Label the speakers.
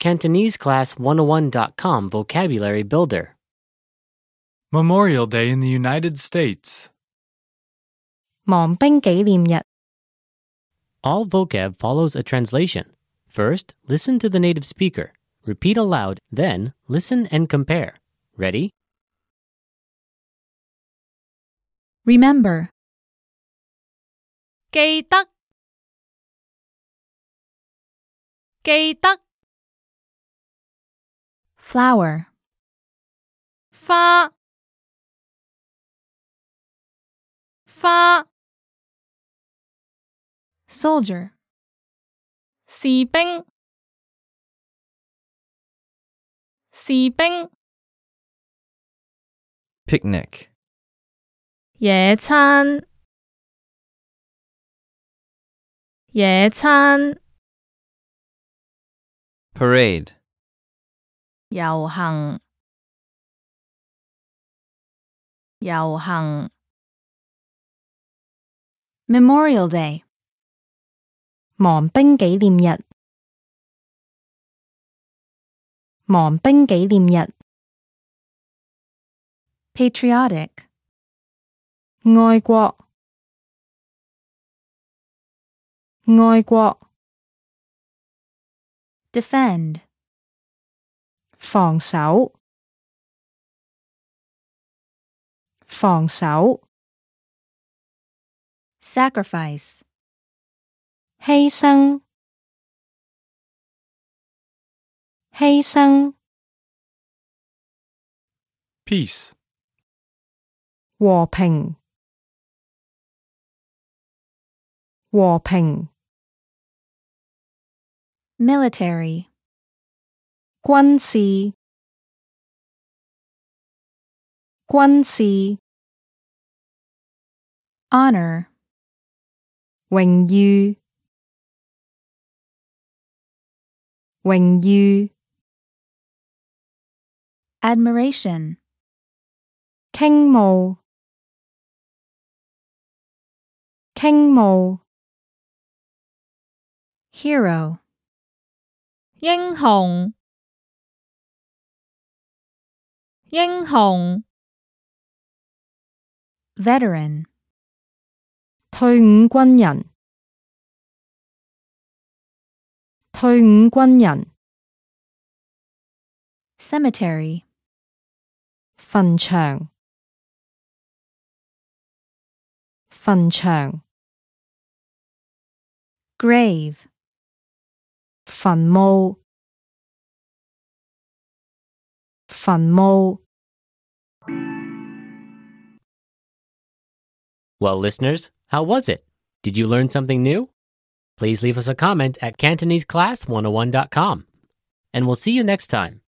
Speaker 1: CantoneseClass101.com Vocabulary Builder.
Speaker 2: Memorial Day in the United States.
Speaker 3: 亡兵紀念日。
Speaker 1: All vocab follows a translation. First, listen to the native speaker. Repeat aloud, then, listen and compare. Ready?
Speaker 4: Remember,
Speaker 3: 記得，記得
Speaker 4: flower,
Speaker 3: 花，花
Speaker 4: soldier,
Speaker 3: 士兵，士兵
Speaker 5: picnic,
Speaker 3: 野餐，野餐
Speaker 5: parade,
Speaker 3: 遊行，遊行
Speaker 4: Memorial Day,
Speaker 3: 亡兵紀念日，亡兵紀念
Speaker 4: patriotic,
Speaker 3: 日，愛國，愛國，
Speaker 4: defend,
Speaker 3: 防守，防守，
Speaker 4: sacrifice,
Speaker 3: 犧牲，犧牲，
Speaker 2: Peace.
Speaker 3: 和平，和平，
Speaker 4: military,
Speaker 3: 軍事，軍事。
Speaker 4: honor,
Speaker 3: 榮譽，榮譽，
Speaker 4: admiration,
Speaker 3: 傾慕，傾慕，
Speaker 4: hero,
Speaker 3: 英雄，英雄，
Speaker 4: veteran,
Speaker 3: 退伍軍人，退伍軍人，
Speaker 4: cemetery,
Speaker 3: 墳場，墳場，
Speaker 4: grave,
Speaker 3: 墳墓，墳墓。
Speaker 1: Well, listeners, how was it? Did you learn something new? oh Please leave us a comment at CantoneseClass101.com. And we'll see you next time.